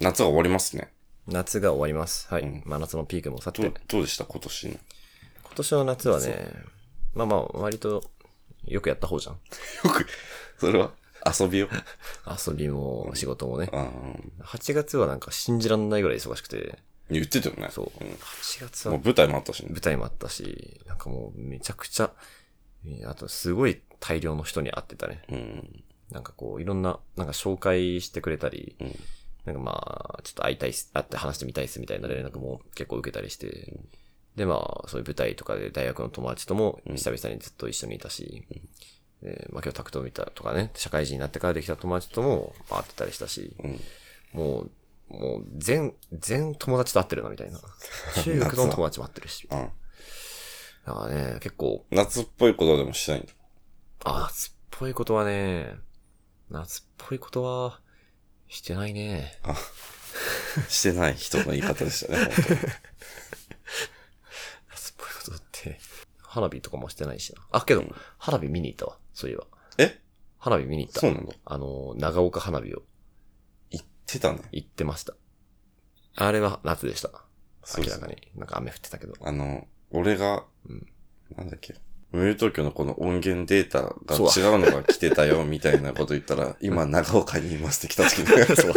夏が終わりますね。夏が終わります。はい。うん真夏のピークも去って。どう今、どうでした今年の。よ年の夏はね、まあまあ、割と、よくやった方じゃん。く、それは遊びを。遊びも、仕事もね。あー8月はなんか信じらんないぐらい忙しくて、言ってたよね。そう。ん8月もはう舞台もあったしね舞。台もあったし、なんかもうめちゃくちゃ、えーあとすごい大量の人に会ってたね。うん。なんかこう、いろんな、なんか紹介してくれたり、うんなんかまあ、ちょっと会いたいっす、会って話してみたいっすみたいな連絡も結構受けたりして、でまあ、そういう舞台とかで大学の友達とも久々にずっと一緒にいたし、でまあ今日タクト見たとかね、社会人になってからできた友達ともまあ会ってたりしたし、うん。もう、もう全、全友達と会ってるなみたいな。中学の友達も会って るし。あだからね、結構、夏っぽいことでもしないんだ。あ、夏っぽいことはね、夏っぽいことは、してないね。してない人の言い方でしたね。 本当に夏っぽいことって、花火とかもしてないしな。あ、けど、うん花火見に行ったわ、そういえば。え花火見に行った。そうなんだ。あの、長岡花火を言ってたね。行ってました。あれは夏でした。そうそ明らうかに。なんか雨降ってたけど。あの、俺が、うんなんだっけ、無料東京のこの音源データがそう違うのが来てたよ、みたいなこと言ったら、今長岡にいますって来た時に、 そう。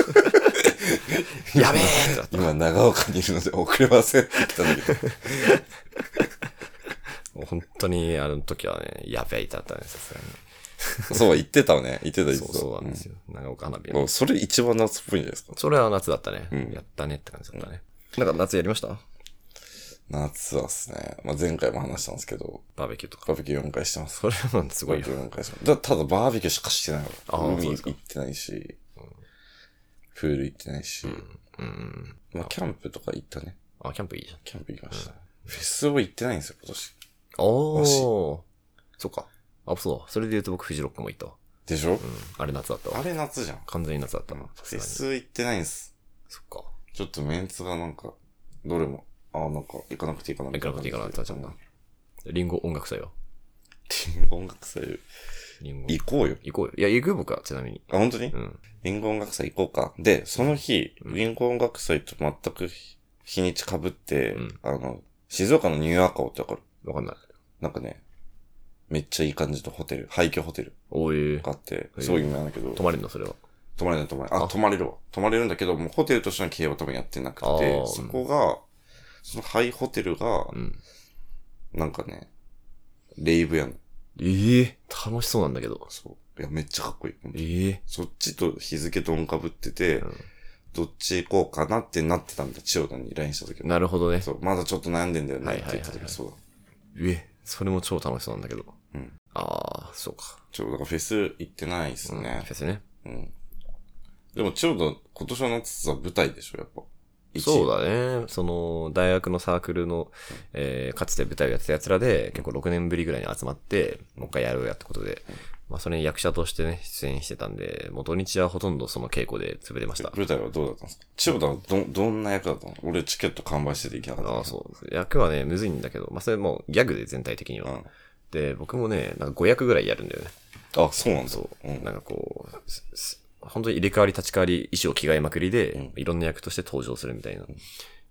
やべえってなった。今長岡にいるので遅れませんって来た時に、もう本当に、あの時はね、やべえだったね、さすが そう言ってたね。言ってた言っに。そてうた。そうなんですよ。長岡花火うん。。おそれ一番夏っぽいんじゃないですか。それは夏だったね。うんやったねって感じだったね。なんか夏やりました夏はですね、まあ、前回も話したんですけど、バーベキューとか。バーベキュー4回してます。それもすごいバよー。ベキュー4回してますだただバーベキューしかしてないあの。ー海そうです行かってないし、プール行ってないし、うん。まあ、キャンプとか行ったね。あ、キャンプいいじゃん。キャンプ行きました。フェスを行ってないんですよ、今年。お惜しいー。そっか。あ、そう。それで言うと僕、フジロックも行ったわ。でしょ、うん。あれ夏だったあわ。れ夏じゃん。完全に夏だったな。フさェすがに。ス行ってないんです。そっか。ちょっとメンツがなんか、どれも、ああ、なんか、行かなくていいかな行かなくていいかなってなっちゃうんだ。リンゴ音楽祭よ。リンゴ音楽祭、リンゴ。行こうよ。行こうよ。いや、行くよ僕は、ちなみに。あ、本当に、うん。リンゴ音楽祭行こうか。で、その日、リンゴ音楽祭と全く日日にち被って、うんあの、静岡のニューアカオってわかるわかんない。なんかね、めっちゃいい感じのホテル、廃墟ホテルおー。があって、すごい有名なんだけど、泊まれるの、それは。泊まれない泊まれない。あ、あ泊まれるわ。泊まれるんだけど、もうホテルとしての経営は多分やってなくあて、ーそこが、そのハイホテルがう、ん。なんかね、レイブやの。ええ楽しそうなんだけど。そう。いや、めっちゃかっこいい。ええそっちと日付どんかぶってて、うんどっち行こうかなってなってたんだ。千代田に LINE した時なるほどね。そう、まだちょっと悩んでんだよねはっいてはいはい言はいった時、そうだ。え、それも超楽しそうなんだけど。うん。ああ、そうか。ちょ、だからフェス行ってないですうんねフ。ェスね。うん。でも千代田、今年の夏は舞台でしょ、やっぱ。そうだ。だね。その、大学のサークルの、えー、かつて舞台をやってた奴らで、結構6年ぶりぐらいに集まって、もう一回やろうやってことで、まあ、それに役者としてね、出演してたんで、もう土日はほとんどその稽古で潰れ ました。舞台はどうだったんですか千代田はど、どんな役だったの俺チケット完売してて行けなかった。ああ、そう。役はね、むずいんだけど、まあ、それもうギャグで全体的には。で、僕もね、なんか5役ぐらいやるんだよね。うん。あ、そうなんだ。そう、うんなんかこう、すす本当に入れ替わり立ち替わり、衣装着替えまくりで、いろんな役として登場するみたいな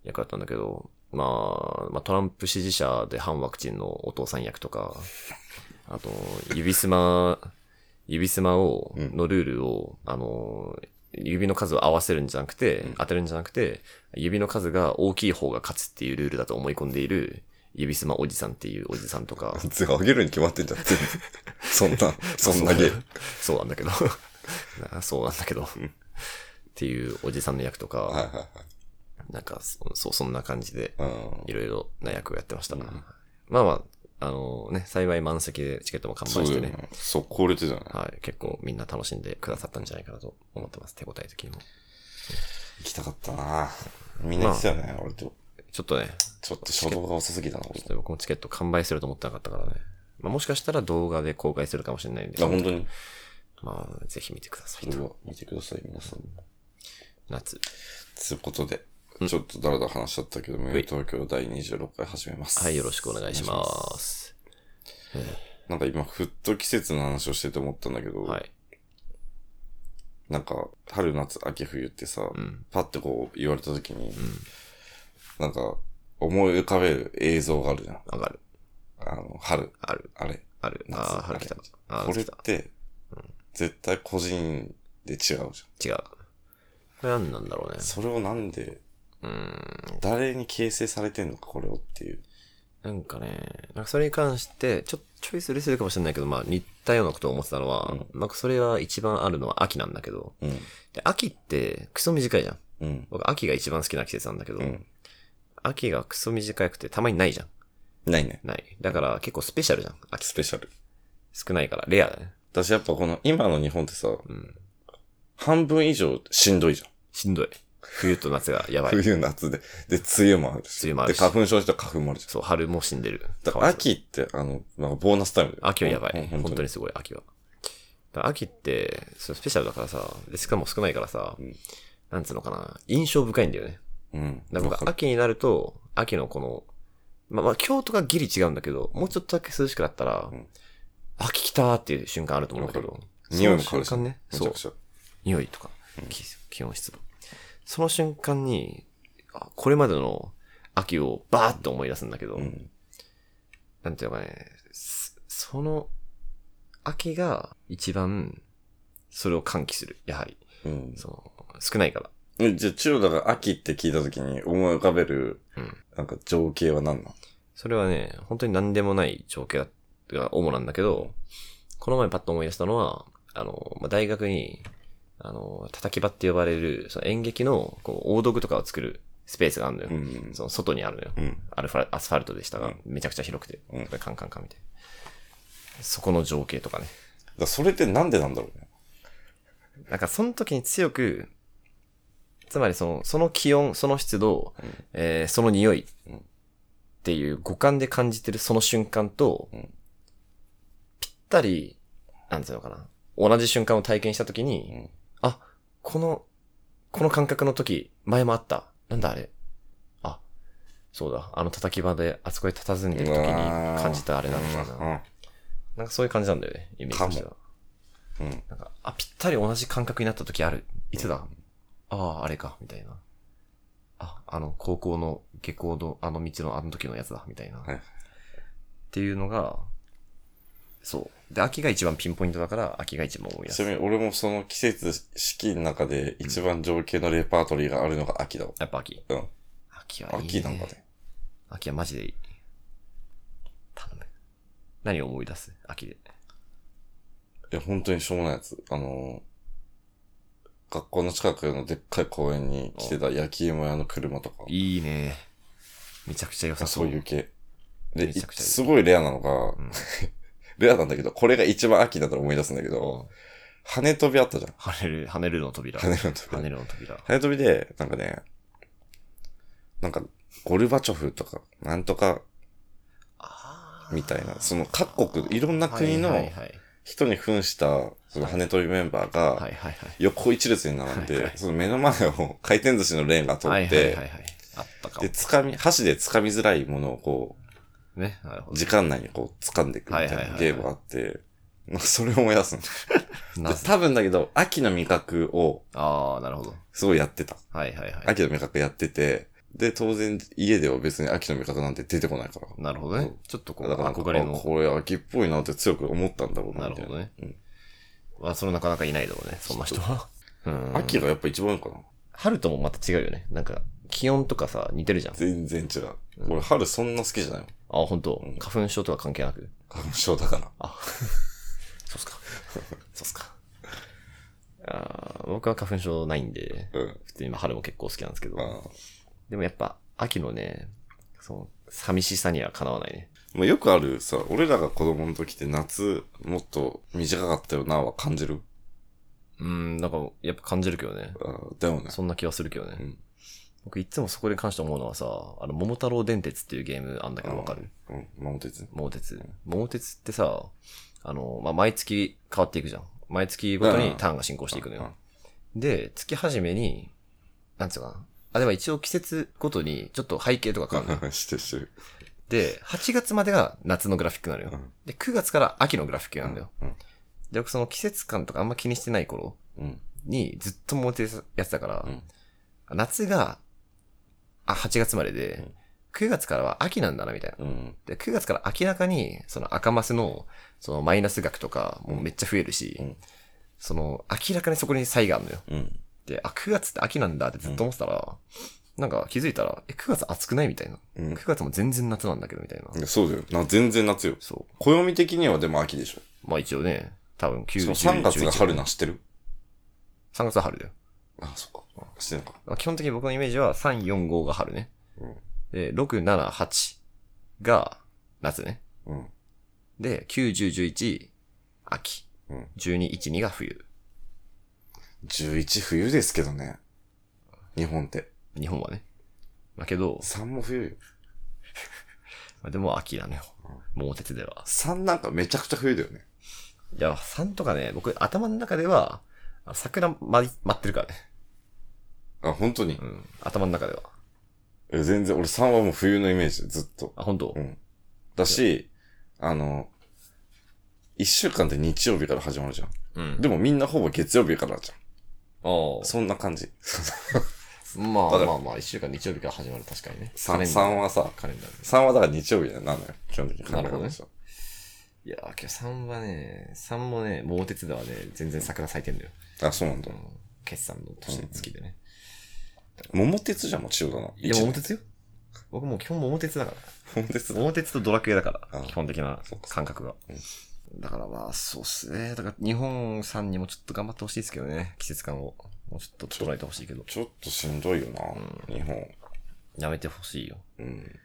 役だったんだけど、まあ、まあ、トランプ支持者で反ワクチンのお父さん役とか、あと、指すま、指すまを、のルールを、あの、指の数を合わせるんじゃなくて、当てるんじゃなくて、指の数が大きい方が勝つっていうルールだと思い込んでいる、指すまおじさんっていうおじさんとか、つあげるに決まってんじゃん、全部 そんな、そんなゲーム。 そうなんだけど。なそうなんだけど。っていうおじさんの役とか、はいはいなんかそ、そう、そんな感じで、はい。うんいろいろな役をやってました。まあまあ、あのね、幸い満席でチケットも完そ売うしだてよね。ね。そう、これてたね。はい、結構みんな楽しんでくださったんじゃないかなと思ってます。手応え的にも。行きたかったなみんな行ってたよね、俺と。ちょっとね、ちょっと初動が遅すぎたな、俺ちょっと僕もチケット完売すると思ってなかったからね。まあもしかしたら動画で公開するかもしれないんであ、、本当に。まあぜひ見てくださいそれと。は見てください、皆さん。夏。つうことで、ちょっとだらだら話しちゃったけども、東京第26回始めます。はい、よろしくお願いしお願いします。なんか今、ふっと季節の話をしてて思ったんだけど、はい。なんか、春、夏、秋、冬ってさ、うん。パッてこう言われた時に、うん。なんか、思い浮かべる映像があるじゃん。上がる。あの、春、ある。あれ。ある。夏ああ、あ春れ来た。ああ、これ来。ったて、絶対個人で違うじゃん。違う。これ何なんだろうね。それをなんで、うーん。誰に形成されてんのか、これをっていう。なんかね、なんかそれに関して、ちょ、ちょいすれするかもしれないけど、まあ似たようなことを思ってたのは、なんかそれは一番あるのは秋なんだけど、うん。で秋ってクソ短いじゃん。うん。僕秋が一番好きな季節なんだけど、うん。秋がクソ短くてたまにないじゃん。ないね。ない。だから結構スペシャルじゃん。秋スペシャル。少ないから、レアだね。私やっぱこの、今の日本ってさ、うん。半分以上しんどいじゃん。しんどい。冬と夏がやばい。冬、夏で。で、梅雨もあるし。梅雨もあるしで、花粉症したら花粉もあるじゃん。そう、春も死んでる。だかかわらいそう秋って、あの、なんかボーナスタイムだよ秋はやばい。ほん本本当当にに。すごい、秋は。だから秋って、そのスペシャルだからさ、でしかも少ないからさ、うんなんつうのかな、印象深いんだよね。うん。だかわから僕、る秋になると、秋のこの、まあ、まあ、今日とかギリ違うんだけど、もうちょっとだけ涼しくなったら、うん秋来たーっていう瞬間あると思うんだけど、匂いも変わるしその瞬間ね、めそちゃうく、ちゃ。匂いとか、気気温湿度。その瞬間に、あこれまでの秋をバーッと思い出すんだけど、うん。なんていうのかね、すその、秋が一番、それを喚起する、やはり。うん。その、少ないから。えじゃあ、中央だから秋って聞いたときに思い浮かべる、うんなんか情景は何なのそれはね、本当に何でもない情景が主なんだけど、この前パッと思い出したのは、あの、まあ、大学に、あの、叩き場って呼ばれる、その演劇の、こう、大道具とかを作るスペースがあるのよ。うん。その外にあるのよ。うん。アルファアスファルトでしたが、うんめちゃくちゃ広くて、うんカンカンカンみたいな。そこの情景とかね。だからそれってなんでなんだろうね。なんかその時に強く、つまりその、その気温、その湿度、うんえーその匂いうんっていう五感で感じてるその瞬間と、うんぴったり、なんていうのかな。同じ瞬間を体験した時に、うんあ、この、この感覚の時、前もあった。なんだあれ。あ、そうだ。あの叩き場で、あそこで佇んでる時に感じたあれなんだな。なんかそういう感じなんだよね、イメージとしては。うん。うん。なんか、あ、ぴったり同じ感覚になった時ある。いつだ、ああ、あれか、みたいな。あ、あの、高校の下校の、あの道のあの時のやつだ、みたいな。はいっていうのが、そう。で、秋が一番ピンポイントだから、秋が一番思い出ちなす。みに俺もその季節四季の中で一番情景のレパートリーがあるのが秋だわ。やっぱ秋。うん。秋はいい、ね。秋なんだね。秋はマジでいい。頼む。何を思い出す秋で。いや、本当にしょうもないやつ。あのー、学校の近くのでっかい公園に来てた焼き芋屋の車とか、いいね。めちゃくちゃ良さそ。そうういう系。で、めいちゃくちゃいいすごいレアなのが、ん レアなんだけど、これが一番秋だと思い出すんだけど、羽飛びあったじゃん。跳ねる、跳ねる の扉。羽跳根の飛び。ねるの扉。羽飛びで、なんかね、なんか、ゴルバチョフとか、なんとか、あーみたいな、その各国、いろんな国はいのはいはい人に扮した、その羽飛びメンバーはが、いはいはい。横一列に並んはいはでい、その目の前を回転寿司のレーンが通はいっはいはいては、い。あったかもで、。掴み、箸で掴みづらいものをこね。なるほう、時間内にこう、掴んでいくみたいはいはいはいなはいゲームがあって、なんかそれを思い出すの。ど。なで多分だけど、秋の味覚をああ、なるほど。すごいやってた。はいはいはい。秋の味覚やってて、で、当然家では別に秋の味覚なんて出てこないから。なるほどねそう。ちょっとこう、だからなんか、憧れあの。これ秋っぽいなって強く思ったんだろうな、なみたるいほな。どねうん。まあ、それなかなかいないだろうね、そんな人は。 うん。秋がやっぱ一番いいのかな春ともまた違うよね。なんか、気温とかさ、似てるじゃん。全然違う。俺春そんな好きじゃないもん。あ、本当花粉症とか関係なく。花粉症だから。あ、そうっすか。 そうっすか。あー僕は花粉症ないんで、うん。普通にまあ春も結構好きなんですけど。まあ、でもやっぱ、秋のね、その、寂しさにはかなわないね。まあ、よくあるさ、俺らが子供の時って夏もっと短かったよなは感じる。うん、なんか、やっぱ感じるけどね。あだよね。そんな気はするけどね。うん僕いつもそこに関して思うのはさ、あの、桃太郎電鉄っていうゲームあんだけどわかるうん、守ってつ。桃鉄。桃鉄ってさ、あの、まあ、毎月変わっていくじゃん。毎月ごとにターンが進行していくのよ。で、月初めに、なんつうかな。あ、でも一応季節ごとにちょっと背景とか変わ るのよ。うん。してしてる。で、8月までが夏のグラフィックなのようん。で、9月から秋のグラフィックなんだよ。うん。で、僕その季節感とかあんま気にしてない頃うん。にずっと燃えてるやつだから、うん夏が、あ、8月までで、うん9月からは秋なんだな、みたいな。うん。で、9月から明らかに、その赤マスの、そのマイナス額とか、もうめっちゃ増えるし、うんその、明らかにそこに差異があるのよ。うん。で、あ、9月って秋なんだってずっと思ってたら、なんか気づいたら、え、9月暑くないみたいな。うん9月も全然夏なんだけど、みたいな。いやそうだよ。な全然夏よ。そ暦的にはでも秋でしょ。う。まあ一応ね、多分し9かも月。 3月が春な。な知ってる3月は春だよ。あ、そっか。してんのか。まあ基本的に僕のイメージは3、4、5が春ね。うんで、6、7、8が夏ね。うん。で、9、10、11、秋。うん12、1、2が冬。 11冬ですけどね。日本って。日本はね。だけど、 3も冬よ。まあでも秋なのよ。桃鉄では。 3なんかめちゃくちゃ冬だよね。いや、3とかね、僕頭の中では、あ桜待待ってるからね。あ、本当にう。ん。頭の中では。え全然、俺3はもう冬のイメージ、ずっと。あ、本当、うん。だし、あの、1週間って日曜日から始まるじゃん。うんでもみんなほぼ月曜日からじゃあん。そんな感じ。あ。だまあからまあまあ、一週間日曜日から始まる、確かにね。 3、ン3ダーはさ、カレンダー3はだから日曜日なのよ。基本的に考えなるほどまねした。いやー、今日3はね、3もね、桃鉄ではね、全然桜咲いてんだよ。あ、そうなんだうん。、決算の年の月でね。桃鉄じゃん、もう千代田の。いや、一桃年鉄よ。僕もう基本桃鉄だから。桃鉄だ。桃鉄とドラクエだかあら、あ基本的なそうか感覚が。だからまあ、そうっすね。だから日本さんにもちょっと頑張ってほしいですけどね。季節感を。もうちょっと捉えてほしいけど。ちょっとしんどいよな、日本。やめてほしいよ。うん。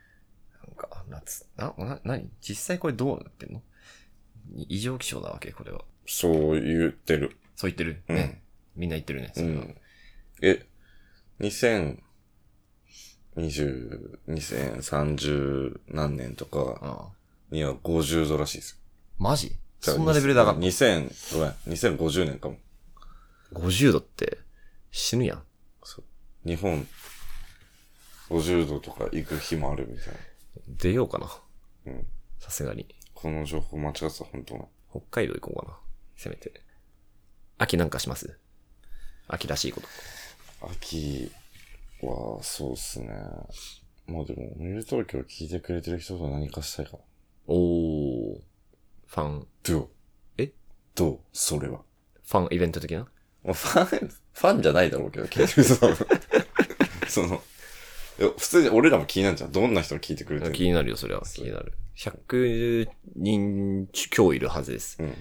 なんか、夏。あ、な、なに実際これどうなってんのい異常気象なわけこれは。そう言ってる。そう言ってる。うんね。みんな言ってるね。それはうんえ、2020、2030何年とかああには50度らしいですマジよ。そんなレベルだがじゃあ2000、ごめん、2050年かも。 50度って死ぬやん。日本、50度とか行く日もあるみたいな。出ようかな。うん。さすがに。この情報間違ってた、本当の。北海道行こうかな。せめて。秋なんかします秋らしいこと。秋は、そうっすね。まあでも、メール東京聞いてくれてる人と何かしたいかな。おー。ファン、どうえどうそれは。ファンイベント的なまあファン、ファンじゃないだろうけど、聞いてる人多分その、いや普通に俺らも気になるじゃん。どんな人が聞いてくれてるの気になるよ、それは。気そうになる。100人強いるはずです。うん。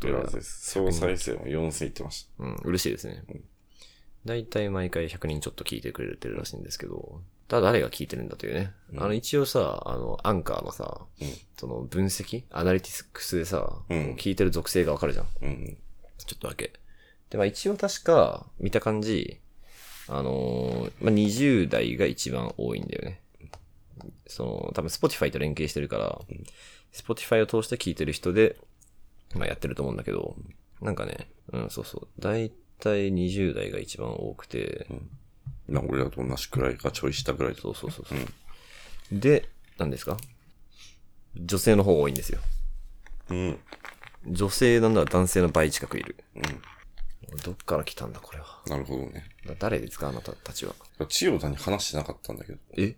ドラズです。総再生も4000いってましうん、嬉しいですね。だいたい毎回100人ちょっと聞いてくれてるらしいんですけど、ただ誰が聞いてるんだというね。うんあの一応さ、あの、アンカーのさ、うんその分析アナリティクスでさ、うん聞いてる属性がわかるじゃん。た。うん。ちょっとだけ。で、まあ一応確か、見た感じ、あのーまあ20代が一番多いんだよね。その、多分 Spotify と連携してるから、Spotify を通して聞いてる人で、まあやってると思うんだけど、なんかね、うん、そうそう。大体20代が一番多くて、まあ俺らと同じくらいかちょい下くらいそと。うそうそうそう。で、何ですか女性の方が多いんですよ。うん。女性なんなら男性の倍近くいる。うん。どっから来たんだ、これは。なるほどね。だ誰ですかあなたたちは。千代田に話してなかったんだけど。え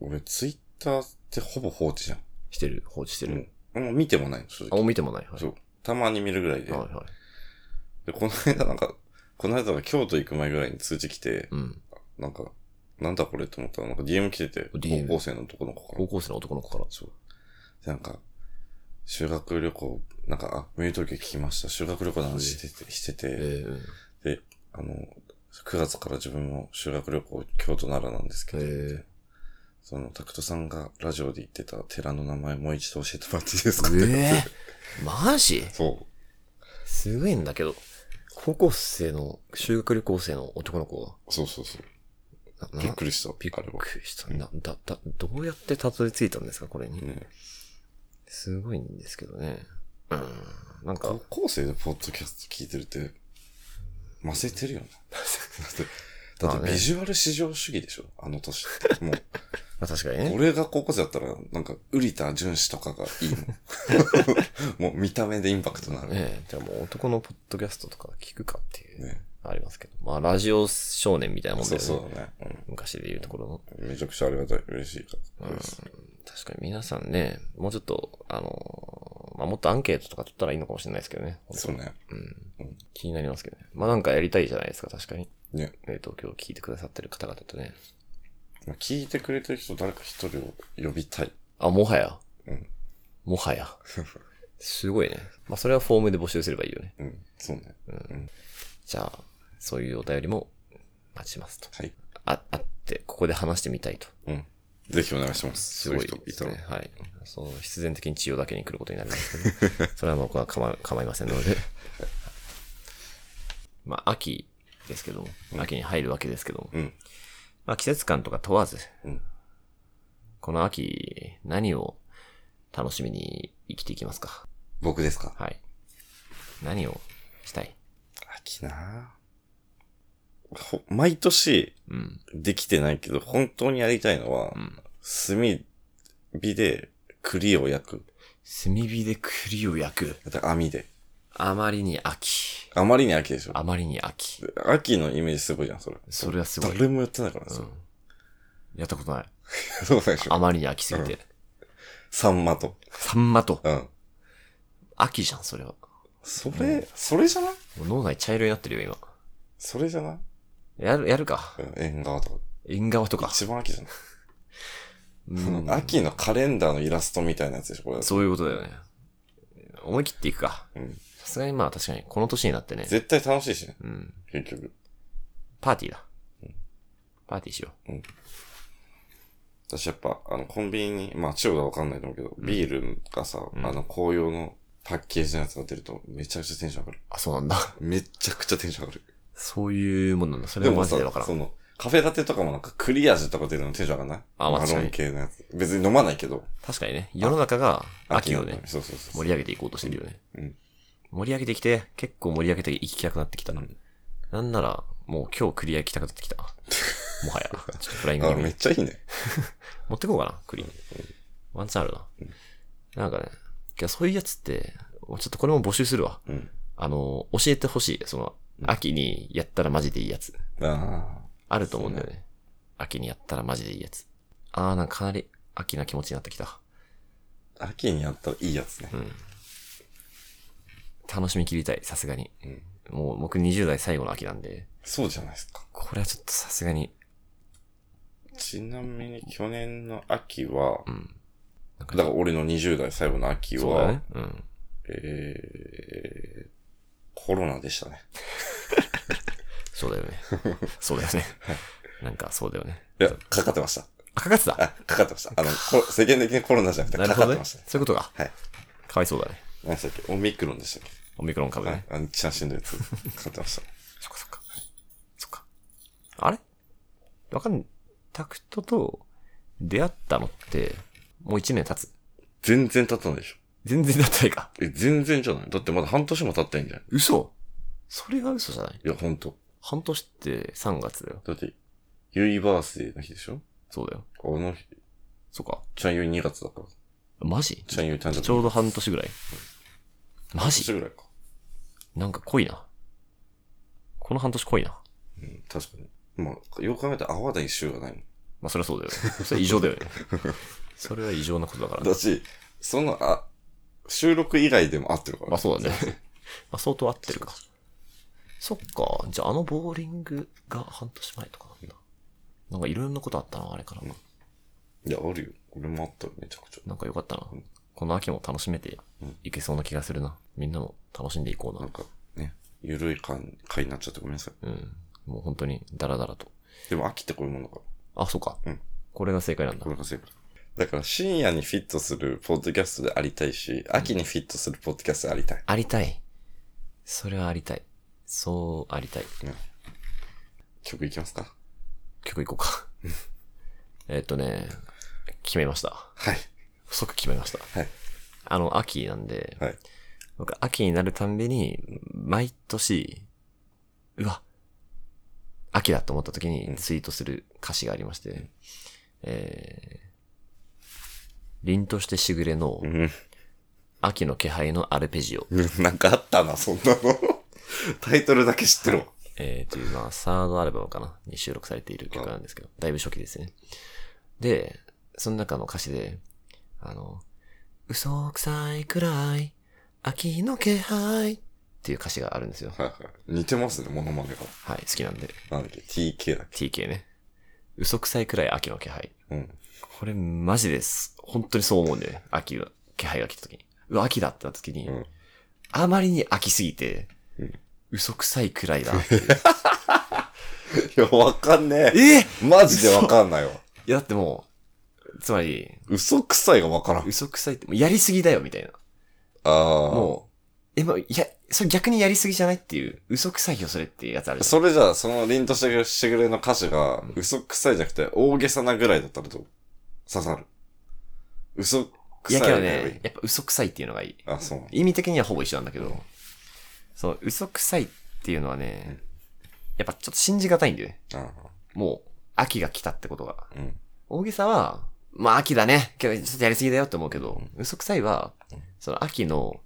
俺、ツイッターってほぼ放置じゃん。してる放置してる、うん。もう見てもないの、正あ、も直。う見てもない。はい。そう。たまに見るぐらいで。はいはい。で、この間なんか、この間が京都行く前ぐらいに通知来て、うん。なんか、なんだこれって思ったら、なんか DM 来てて、 DM 高校生の男の子から高。校生の男の子から。そう。で、なんか、修学旅行、なんか、あ、メイト聞きました。修学旅行の話してて、してえて、ー、うんで、あの、9月から自分も修学旅行、京都奈良なんですけど、へえみたいなその、拓人さんがラジオで言ってた寺の名前もう一度教えてもらっていいですかって言われてえー、マジそすごいんだけど。高校生の、修学旅行生の男の子う、そうそうそう。が、なびっくりした。びっあれは。くりした。な、だ、だ、どうやってたどり着いたんですか、これに。ねすごいんですけどね。うん。なんか高、校生でポッドキャスト聞いてるって、ませてるよ ね。だって、だまっあてねビジュアル至上主義でしょあの 年って。もう、まあ確かにね。俺が高校生だったら、なんか、ウリタ純子とかがいい もん。もう見た目でインパクトのある。ね。ねえ、じゃあもう男のポッドキャストとか聞くかっていう。ありますけど。まあ、ラジオ少年みたいなもんだそようね。そうだね。昔で言うところの。うん。めちゃくちゃありがたい。嬉しいから。うん確かに皆さんね、もうちょっと、あのーまあ、もっとアンケートとか取ったらいいのかもしれないですけどね。そうね。うん。気になりますけどね。まあ、なんかやりたいじゃないですか、確かに。ね。えっと、今日聞いてくださってる方々とね。まあ聞いてくれてる人誰か一人を呼び たい。あ、もはや。うんもはや。すごいね。まあ、それはフォームで募集すればいいよね。うん。そうね。じゃあ、そういうお便りも待ちますと。はい。あ、あって、ここで話してみたいと。うん。ぜひお願いします。すごいそううで人たすらね。はい。その必然的に千代だけに来ることになるんですけ ど、それは僕は構わ構いませんので。 まあ、秋ですけども、秋に入るわけですけども、うん。まあ、季節感とか問わず、うんこの秋、何を楽しみに生きていきますか僕ですかはい。何をしたい秋なぁほ毎年うん。できてないけど、本当にやりたいのは、ん炭火で栗を焼く。炭火で栗を焼く。だから網で。あまりに秋。あまりに秋でしょ。あまりに秋。秋のイメージすごいじゃん、それ。それはすごい。誰もやってないからね、うそんやったことない。れそうでしあょ。まりに飽きすぎて。サンマと。サンマと。うん。秋じゃん、それは。それ、それじゃないもう脳内茶色になってるよ、それじゃない今。やる、やるかう。ん、縁側とか。縁側とか。一番秋じゃない、 うん。秋のカレンダーのイラストみたいなやつでしょ、これ。そういうことだよね。思い切っていくか。うん。さすがにまあ確かに、この年になってね。絶対楽しいしね、うん。結局。パーティーだ。パーティーしよ私やっぱ、あの、コンビニに、まあ、千代がわかんないと思うけど、ビールがさ、あの、紅葉のパッケージのやつが出ると、めちゃくちゃテンション上がるう。。あ、そうなんだ。めちゃくちゃテンション上がる。そういうもんなんだ。それではもマジさでわから、そん。の、カフェラテとかもなんか、クリア味とか出るのテンション上がんないあまあマロン系のやつ。別に飲まないけど。確かにね、世の中が秋なをのにね、そうそうそう。盛り上げていこうとしてるよね。うん盛り上げてきて、結構盛り上げていきたくなってきた。うんなんなら、もう今日クリア行きたくなっ てきた。もはや、ちょっとフライングあ、気味めにっちゃいいね。持ってこうかな、クリーン。ワンチャンあるな。なんかね、いやそういうやつって、もうちょっとこれも募集するわ。うん。あの、教えてほしい。その、秋にやったらマジでいいやつ。ああると思うんだよね。秋にやったらマジでいいやつ。あー、なんかかなり秋な気持ちになってきた。あ。秋にやったらいいやつね。楽しみ切りたい、さすがに。うんもう僕20代最後の秋なんで、そうじゃないですか。これはちょっとさすがに、ちなみに去年の秋は、うん。なんだから俺の20代最後の秋そうだは、ね。うん。えー、コロナでしたね。そうだ よね。そうだよね。なんかそうだよね。いや、かかってました。あ、かかってたあ、かかってました。あの、こ世間的にコロナじゃなくて、なるかほかっどてね。ましたね。そういうことか。はい。かわいそうだね。何でしたっけオミクロンでしたっオミクロン株けね。はい。あの、一番しんどいやつ。かかってました。そっかそっか。そっか。あれわかんない。タクトと出会ったのって、もう1年経つ。全然経ったんでしょ。全然経ってないか。え、全然じゃないだってまだ半年も経ってないんじゃない嘘それが嘘じゃないいや、ほんと。半年って3月だよ。だって、ユイバースデーの日でしょそうだよ。あの日、そうか。ちゃんゆい2月だから。マジちゃんゆい誕生日。ちょうど半年ぐらい。マ年ジぐらいか。なんか濃いな。この半年濃いな。うん、確かに。まあ、よく考えたら泡田一周がないもん。まあそれはそうだよね。それ異常だよね。それは異常なことだから。だし、その、あ、収録以外でも合ってるから。まあそうだね。 まあ相当合ってるか。そっか。じゃああのボーリングが半年前とかなんだ。なんかいろんなことあったな、あれから。いや、あるよ。俺もあったよ、めちゃくちゃ。なんかよかったなうん。この秋も楽しめていけそうな気がするな。みんなも楽しんでいこうなんな。か、ね、ゆるい感、回になっちゃってごめんなさい。うん。もう本当にダラダラと。でも、秋ってこういうものだから。あ、そうか。うんこれが正解なんだこ。れが正解。だから、深夜にフィットするポッドキャストでありたいし、秋にフィットするポッドキャストでありたい。ありたい。それはありたい。そうありたい。曲いきますか曲いこうか。 えっとね、決めました。はい。即決めました。はい。あの、秋なんで、はい。僕、秋になるたんびに、毎年、うわ、秋だと思った時にツイートする歌詞がありまして、えー、凛としてしぐれのうん。秋の気配のアルペジオ。 なんかあったな、そんなの。タイトルだけ知ってるわ。えー、という、まあ、サードアルバムかなに収録されている曲なんですけど、だいぶ初期ですね。で、その中の歌詞で、あの、嘘くさいくらい、秋の気配っていう歌詞があるんですよ。はいはい。似てますね、モノマネが。はい、好きなんで。なんだっけ、TK だっ TK ね。嘘くさいくらい秋の気配。け。うん。これマジです。本当にそう思うんだよね。秋が、気配が来た時に。うわ、秋だってなった時に、うんあまりに秋すぎて、うん嘘くさい くらいだっていう。いや、わかんねえ。えいマジでわかんないわ。や、だってもう、つまり、嘘くさいがわからん。嘘くさいって、もうやりすぎだよ、みたいな。ああ。もう、え、もう、いや、それ逆にやりすぎじゃないっていう、嘘くさいよ、それっていうやつあるじゃん。それじゃあ、その凛としてくれしてくれの歌詞が、嘘くさいじゃなくて、大げさなぐらいだったらどう刺さる。嘘くいやさいけどのがいいね、やっぱ嘘くさいっていうのがいい。あ、そうなんだ。意味的にはほぼ一緒なんだけど、そう、嘘くさいっていうのはね、やっぱちょっと信じがたいんだよね。あもう、秋が来たってことが。ーうん。大げさは、まあ秋だね。けど、ちょっとやりすぎだよって思うけど、嘘くさいは、その秋の、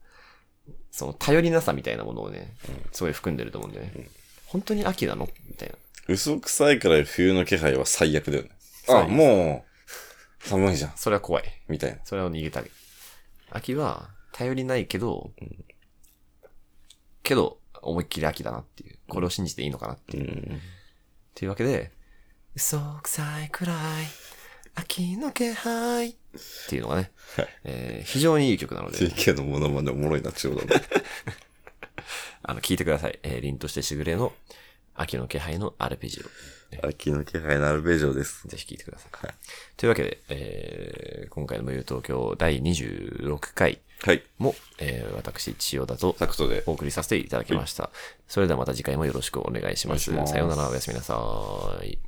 その頼りなさみたいなものをね、すごい含んでると思うんだよね。本当に秋なのみたいな。嘘くさいくらい冬の気配は最悪だよね。最あ、悪もう、寒いじゃん。それは怖い。みたいな。それを逃げたい。秋は、頼りないけど、けど、思いっきり秋だなっていう。これを信じていいのかなっていう。うん。っていうわけで、嘘くさいくらい、秋の気配っていうのがね、えー非常にいい曲なので、 TK のモノマネおもろいな、ちょうど。あの、聞いてください。えー、凛としてしぐれの秋の気配のアルペジオ。ね 秋の気配のアルベージョです。ぜひ聞いてください。はいというわけで、えー今回の無友東京第26回はい。も、えー私、千代田とタクトで。お送りさせていただきました。それではまた次回もよろしくお願いします。お願いしますさようなら、おやすみなさーい。